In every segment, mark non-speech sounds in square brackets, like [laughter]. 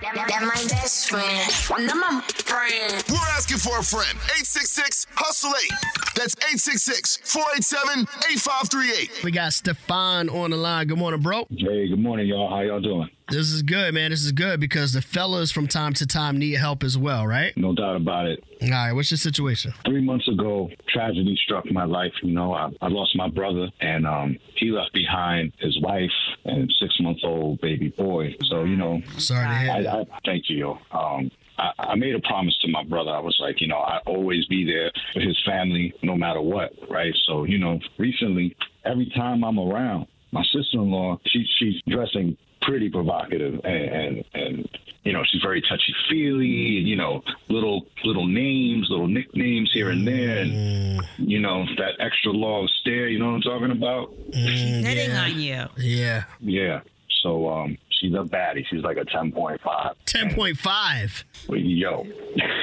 That my best friend. That my friend. We're asking for a friend. 866 Hustle 8. That's 866 487 8538. We got Stefan on the line. Good morning, bro. Hey, good morning, y'all. How y'all doing? This is good, man. This is good because the fellas from time to time need help as well, right? No doubt about it. All right, what's your situation? Three months ago, tragedy struck my life. You know, I, I lost my brother, and um, he left behind his wife and six month old baby boy. So, you know, Sorry to hear I, that. I thank you. Um, I, I made a promise to my brother. I was like, you know, I always be there for his family, no matter what, right? So, you know, recently, every time I'm around, my sister-in-law, she, she's dressing pretty provocative, and, and and you know, she's very touchy-feely. You know, little little names, little nicknames here and there, and you know, that extra long stare. You know what I'm talking about? Mm, Hitting yeah. on you. Yeah. Yeah. So, um, she's a baddie. She's like a 10.5. 10.5. Yo, [laughs]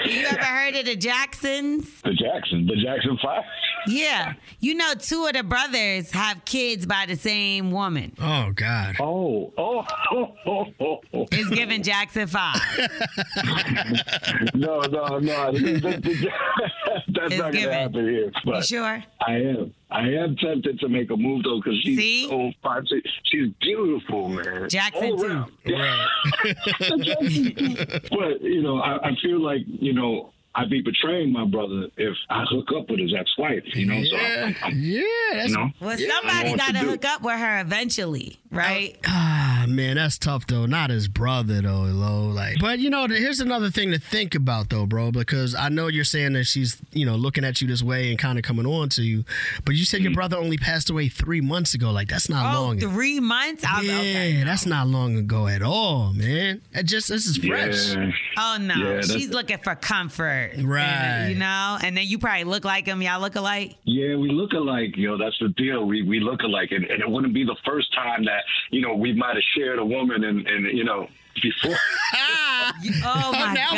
You ever heard of the Jacksons? the Jackson, the Jackson Five. Yeah. You know, two of the brothers have kids by the same woman. Oh, God. Oh, oh, oh, oh, oh, oh. It's giving Jackson 5. [laughs] no, no, no. [laughs] That's not gonna given. happen here. You But sure? I am, I am tempted to make a move though because she's See? so fine. She, she's beautiful, man. Oh, Jackson, All too. around. [laughs] but you know, I, I feel like you know. I'd be betraying my brother if I hook up with his ex-wife, you know. So, Yeah. I'm, I'm, Yeah. That's, you know, Well, I know somebody what got to to do. hook up with her eventually, right? ah, man, that's tough, though. Not his brother, though, Lo. Like, but, you know, th- here's another thing to think about, though, bro, because I know you're saying that she's, you know, looking at you this way and kind of coming on to you, but you said your brother only passed away three months ago. Like, that's not Mm. Oh, long. three months? Oh, I'm, yeah, okay. that's not long ago at all, man. It just this is fresh. yeah. Oh no, Yeah, that's- she's looking for comfort, and, Right. you know, and then you probably look like him. Y'all look alike. Yeah, we look alike, yo. That's the deal. We we look alike, and, and it wouldn't be the first time that you know we might have shared a woman, and and you know before. [laughs] Ah, [laughs] You- Oh my now we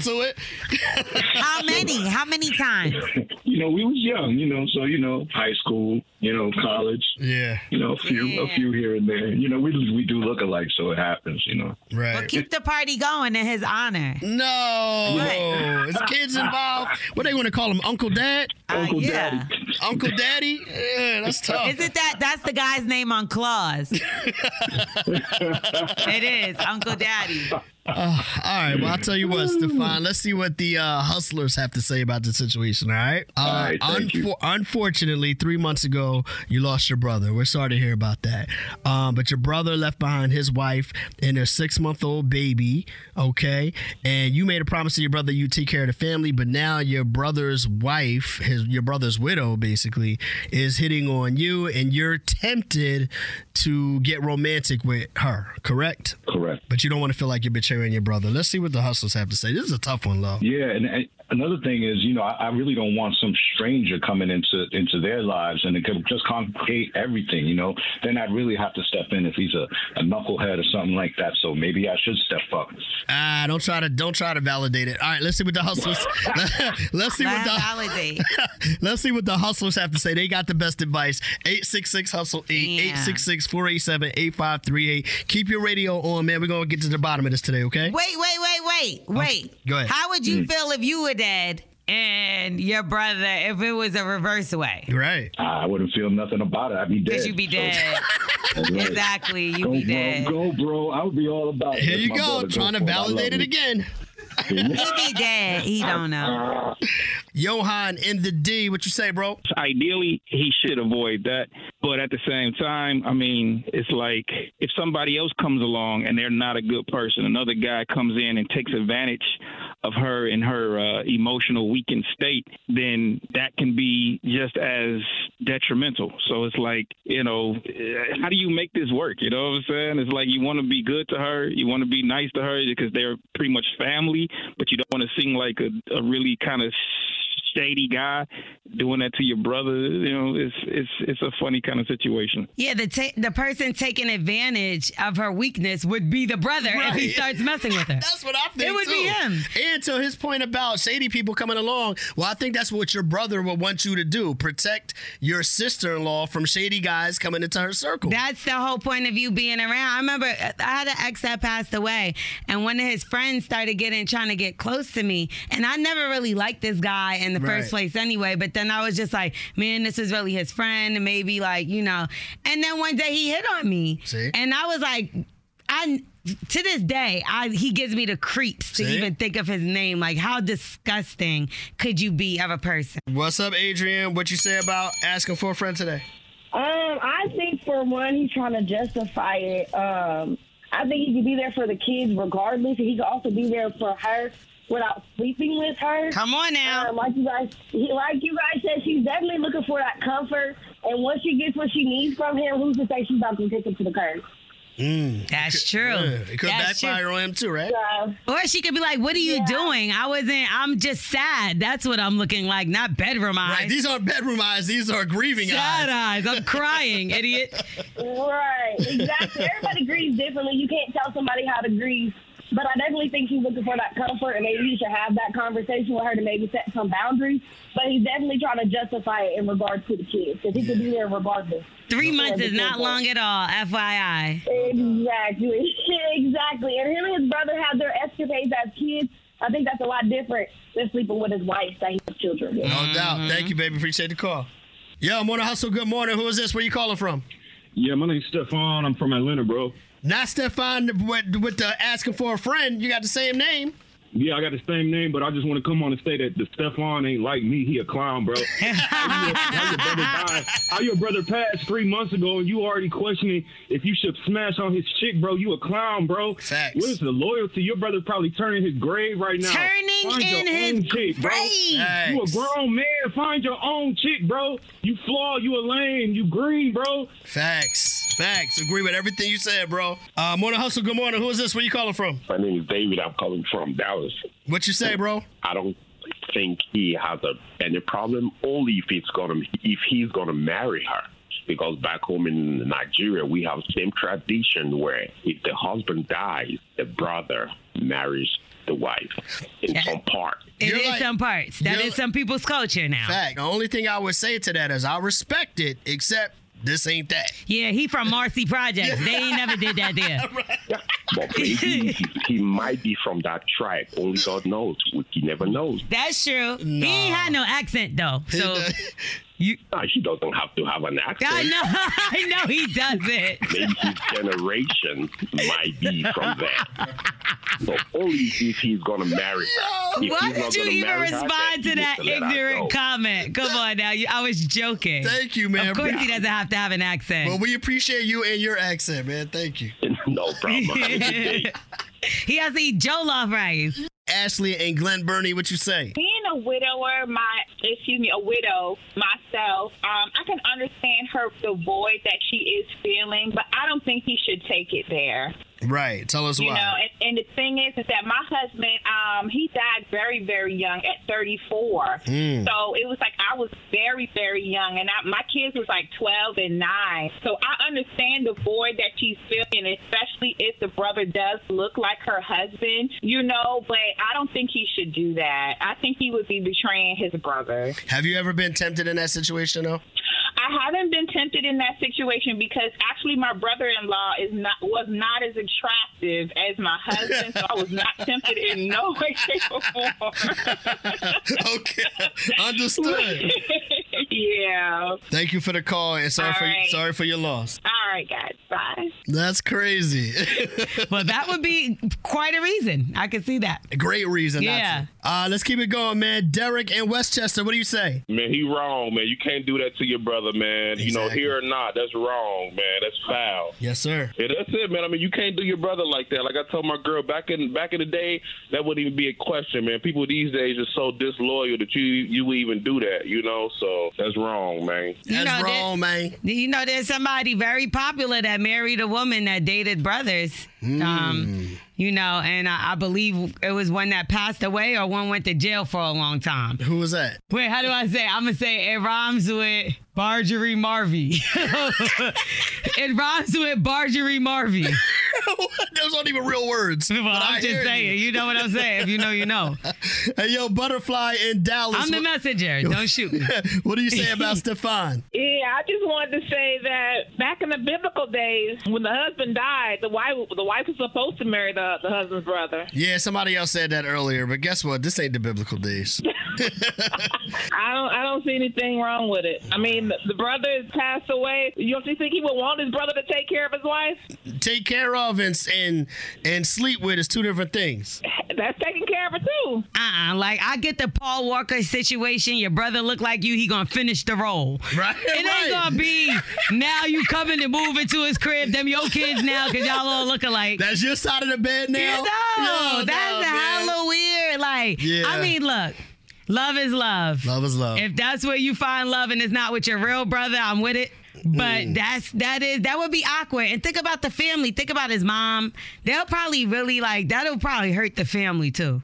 getting down to it. How many? How many times? you know, we was young, you know, so you know, high school, you know, college, Yeah, you know, a few a Yeah. few here and there. You know, we we do look alike, so it happens. You know, Well, right. keep the party going in his honor. no, What? is kids involved? What they want to call him, Uncle Dad, Uh, Uncle yeah. Daddy. Uncle Daddy? Yeah, that's tough. Is it that? That's the guy's name on Claus. it is Uncle Daddy. All right, well, I'll tell you what, Stefan. Let's see what the uh, hustlers have to say about the situation, all right? Uh, All right, thank you. Unfortunately, three months ago, you lost your brother. We're sorry to hear about that. Um, but your brother left behind his wife and their six month old baby, okay? And you made a promise to your brother you take care of the family, but now your brother's wife, his your brother's widow, basically, is hitting on you, and you're tempted to get romantic with her, correct? Correct. but you don't want to feel like you're betraying your brother. Let's see what the hustlers have to say. This is a tough one, love. Yeah, and, and another thing is, you know, I, I really don't want some stranger coming into into their lives, and it could just complicate everything. You know, then I'd really have to step in if he's a, a knucklehead or something like that. So maybe I should step up. Ah, don't try to don't try to validate it. All right, let's see what the hustlers. [laughs] let's see what Let him the validate. [laughs] let's see what the hustlers have to say. They got the best advice. 866 hustle 8 Damn. 866 487 8538. Keep your radio on, man. We're going to get to the bottom of this today, okay? Wait, wait, wait, wait, wait. go ahead. How would Mm. you feel if you were dead and your brother, if it was a reverse way? You're right. I wouldn't feel nothing about it. I'd be dead. Because you'd be So- [laughs] dead. That's right. exactly. You'd Go, be bro. dead. Go, bro. I would be all about it. Here That's you my go, brother. trying to for it. I love validate it you. again. He be dead. He don't know. Johan in the D, what you say, bro? ideally he should avoid that but at the same time i mean it's like if somebody else comes along and they're not a good person another guy comes in and takes advantage of her in her uh, emotional weakened state, then that can be just as detrimental. So it's like, you know, eh, how do you make this work? You know what I'm saying? It's like you want to be good to her, you want to be nice to her because they're pretty much family, but you don't want to seem like a, a really kind of shady guy doing that to your brother. You know, it's it's it's a funny kind of situation. Yeah, the ta- the person taking advantage of her weakness would be the brother if he Right. starts messing with [laughs] her. That's what I think. It would too. be him. And to his point about shady people coming along, well, I think that's what your brother would want you to do: protect your sister-in-law from shady guys coming into her circle. That's the whole point of you being around. I remember uh, I had an ex that passed away, and one of his friends started getting trying to get close to me, and I never really liked this guy in the Right. first place anyway. But then I was just like, man, this is really his friend, and maybe like you know. And then one day he hit on me, See? and I was like, I. To this day, I, he gives me the creeps to See? even think of his name. Like, how disgusting could you be of a person? What's up, Adrian? What you say about asking for a friend today? Um, I think for one, he's trying to justify it. Um, I think he could be there for the kids regardless. and He could also be there for her without sleeping with her. Come on now. Um, like you guys, he, like you guys said, she's definitely looking for that comfort. And once she gets what she needs from him, who's to say she's about to kick him to the curb? That's true. It could That's true. backfire on him too, right? So Or she could be like, "What are you doing? I wasn't. I'm just sad. That's what I'm looking like. Not bedroom eyes. Right. These aren't bedroom eyes. These are grieving sad eyes. eyes. [laughs] I'm crying, idiot. Right, exactly. Everybody grieves differently. You can't tell somebody how to grieve. But I definitely think she's looking for that comfort, and maybe you should have that conversation with her to maybe set some boundaries. But he's definitely trying to justify it in regards to the kids, because he could be there regardless. Three months is because not of- long at all. FYI. Exactly, [laughs] exactly. And him and his brother have their escapades as kids. I think that's a lot different than sleeping with his wife that he has children with. No doubt. Thank you, baby. Appreciate the call. Yo, Morning Hustle. Good morning. Who is this? Where you calling from? Yeah, my name's Stefan. I'm from Atlanta, bro. Not Stefan with, with the asking for a friend. You got the same name. Yeah, I got the same name, but I just want to come on and say that the Stefan ain't like me. He a clown, [laughs] bro. how, your, how your brother died, how your brother passed three months ago, and you already questioning if you should smash on his chick, bro. You a clown, bro. Facts. What is the loyalty? Your brother probably turning his grave right now. Turning Find your in own his chick, bro. grave. You a Thanks. grown man. Find your own chick, bro. You flawed. You a lame. You green, bro. Facts. Facts. Agree with everything you said, bro. Uh, morning Hustle. Good morning. Who is this? Where you calling from? My name is David. I'm calling from Dallas. What you say, bro? I don't think he has a any problem. Only if it's gonna if he's gonna marry her. Because back home in Nigeria, we have same tradition where if the husband dies, the brother marries the wife in some part. It You're is like- some parts. That you're- is some people's culture now. Fact. The only thing I would say to that is I respect it, except this ain't that. Yeah, he from Marcy Projects. They ain't never did that there. [laughs] Yeah, but maybe he, he might be from that tribe. Only God knows. He never knows. That's true. He ain't had no accent though. So Ah, She doesn't have to have an accent. [laughs] I know, [laughs] I know he doesn't. maybe his generation might be from there. So only if he's gonna marry her. If Why he's not did you gonna even marry her, respond then to he that needs let her ignorant go. comment? Come on now. You, I was joking. Thank you, man. Of course, he doesn't have to have an accent. Well, we appreciate you and your accent, man. Thank you. [laughs] no problem. Have a good day. [laughs] he has to eat jollof rice. Ashley and Glenn Burney, what you say? being a widower, my excuse me, a widow myself, um, I can understand her the void that she is feeling, but I don't think he should take it there. Right. Tell us You why. know, and, and the thing is, is that my husband, um, he died very, very young at 34. So it was like I was very, very young, and I, my kids was like 12 and nine. So I understand the void that she's feeling, especially if the brother does look like her husband, you know. But I don't think he should do that. I think he would be betraying his brother. Have you ever been tempted in that situation though? [laughs] I haven't been tempted in that situation because actually my brother-in-law is not was not as attractive as my husband, so I was not tempted in no way, shape, or form. [laughs] okay. Understood. yeah. All Thank you for the call and sorry All for right. sorry for your loss. right, guys. Bye. That's crazy. [laughs] Well, that would be quite a reason. I could see that. Great reason not Yeah. to. Uh, let's keep it going, man. Derek in Westchester, what do you say? Man, he wrong, man. You can't do that to your brother, man. You know, here or not, that's wrong, man. That's foul. Yes, sir. Yeah, that's it, man. I mean, you can't do your brother like that. Like I told my girl back in back in the day, that wouldn't even be a question, man. People these days are so disloyal that you you would even do that, you know. So that's wrong, man. know, there- You know, there's somebody very popular that married a woman that dated brothers. Hmm. Um, you know, and I, I believe it was one that passed away or one went to jail for a long time. Who was that? [laughs] Wait, how do I say? I'm gonna say it rhymes with Bargery Marvy. [laughs] it rhymes with Bargery Marvy. Those aren't even real words. [laughs] Well, I'm just saying. You. know what I'm saying. If you know, [laughs] you know. Hey, yo, Butterfly in Dallas. I'm the messenger. Don't shoot me. [laughs] what do you say [laughs] about Stefan? Yeah, I just wanted to say that back in the biblical days, when the husband died, the wife the wife was supposed to marry the the husband's brother. Yeah, somebody else said that earlier, but guess what? This ain't the biblical [laughs] days. I don't I don't see anything wrong with it. I mean, the brother has passed away. You don't think he would want his brother to take care of his wife? Take care of and and and sleep with is two different things. [laughs] That's taking care of her too. Uh-uh. Like I get the Paul Walker situation. Your brother look like you. He gonna finish the role. Right. It ain't gonna be now. You coming and moving to his crib. Them your kids now because y'all all look alike. That's your side of the bed now. You know, No, that's no, a man. hella weird. Like Yeah. I mean, look. Love is love. Love is love. If that's where you find love and it's not with your real brother, I'm with it. But Mm. that's that is that would be awkward. And think about the family. Think about his mom. They'll probably really like that'll probably hurt the family too.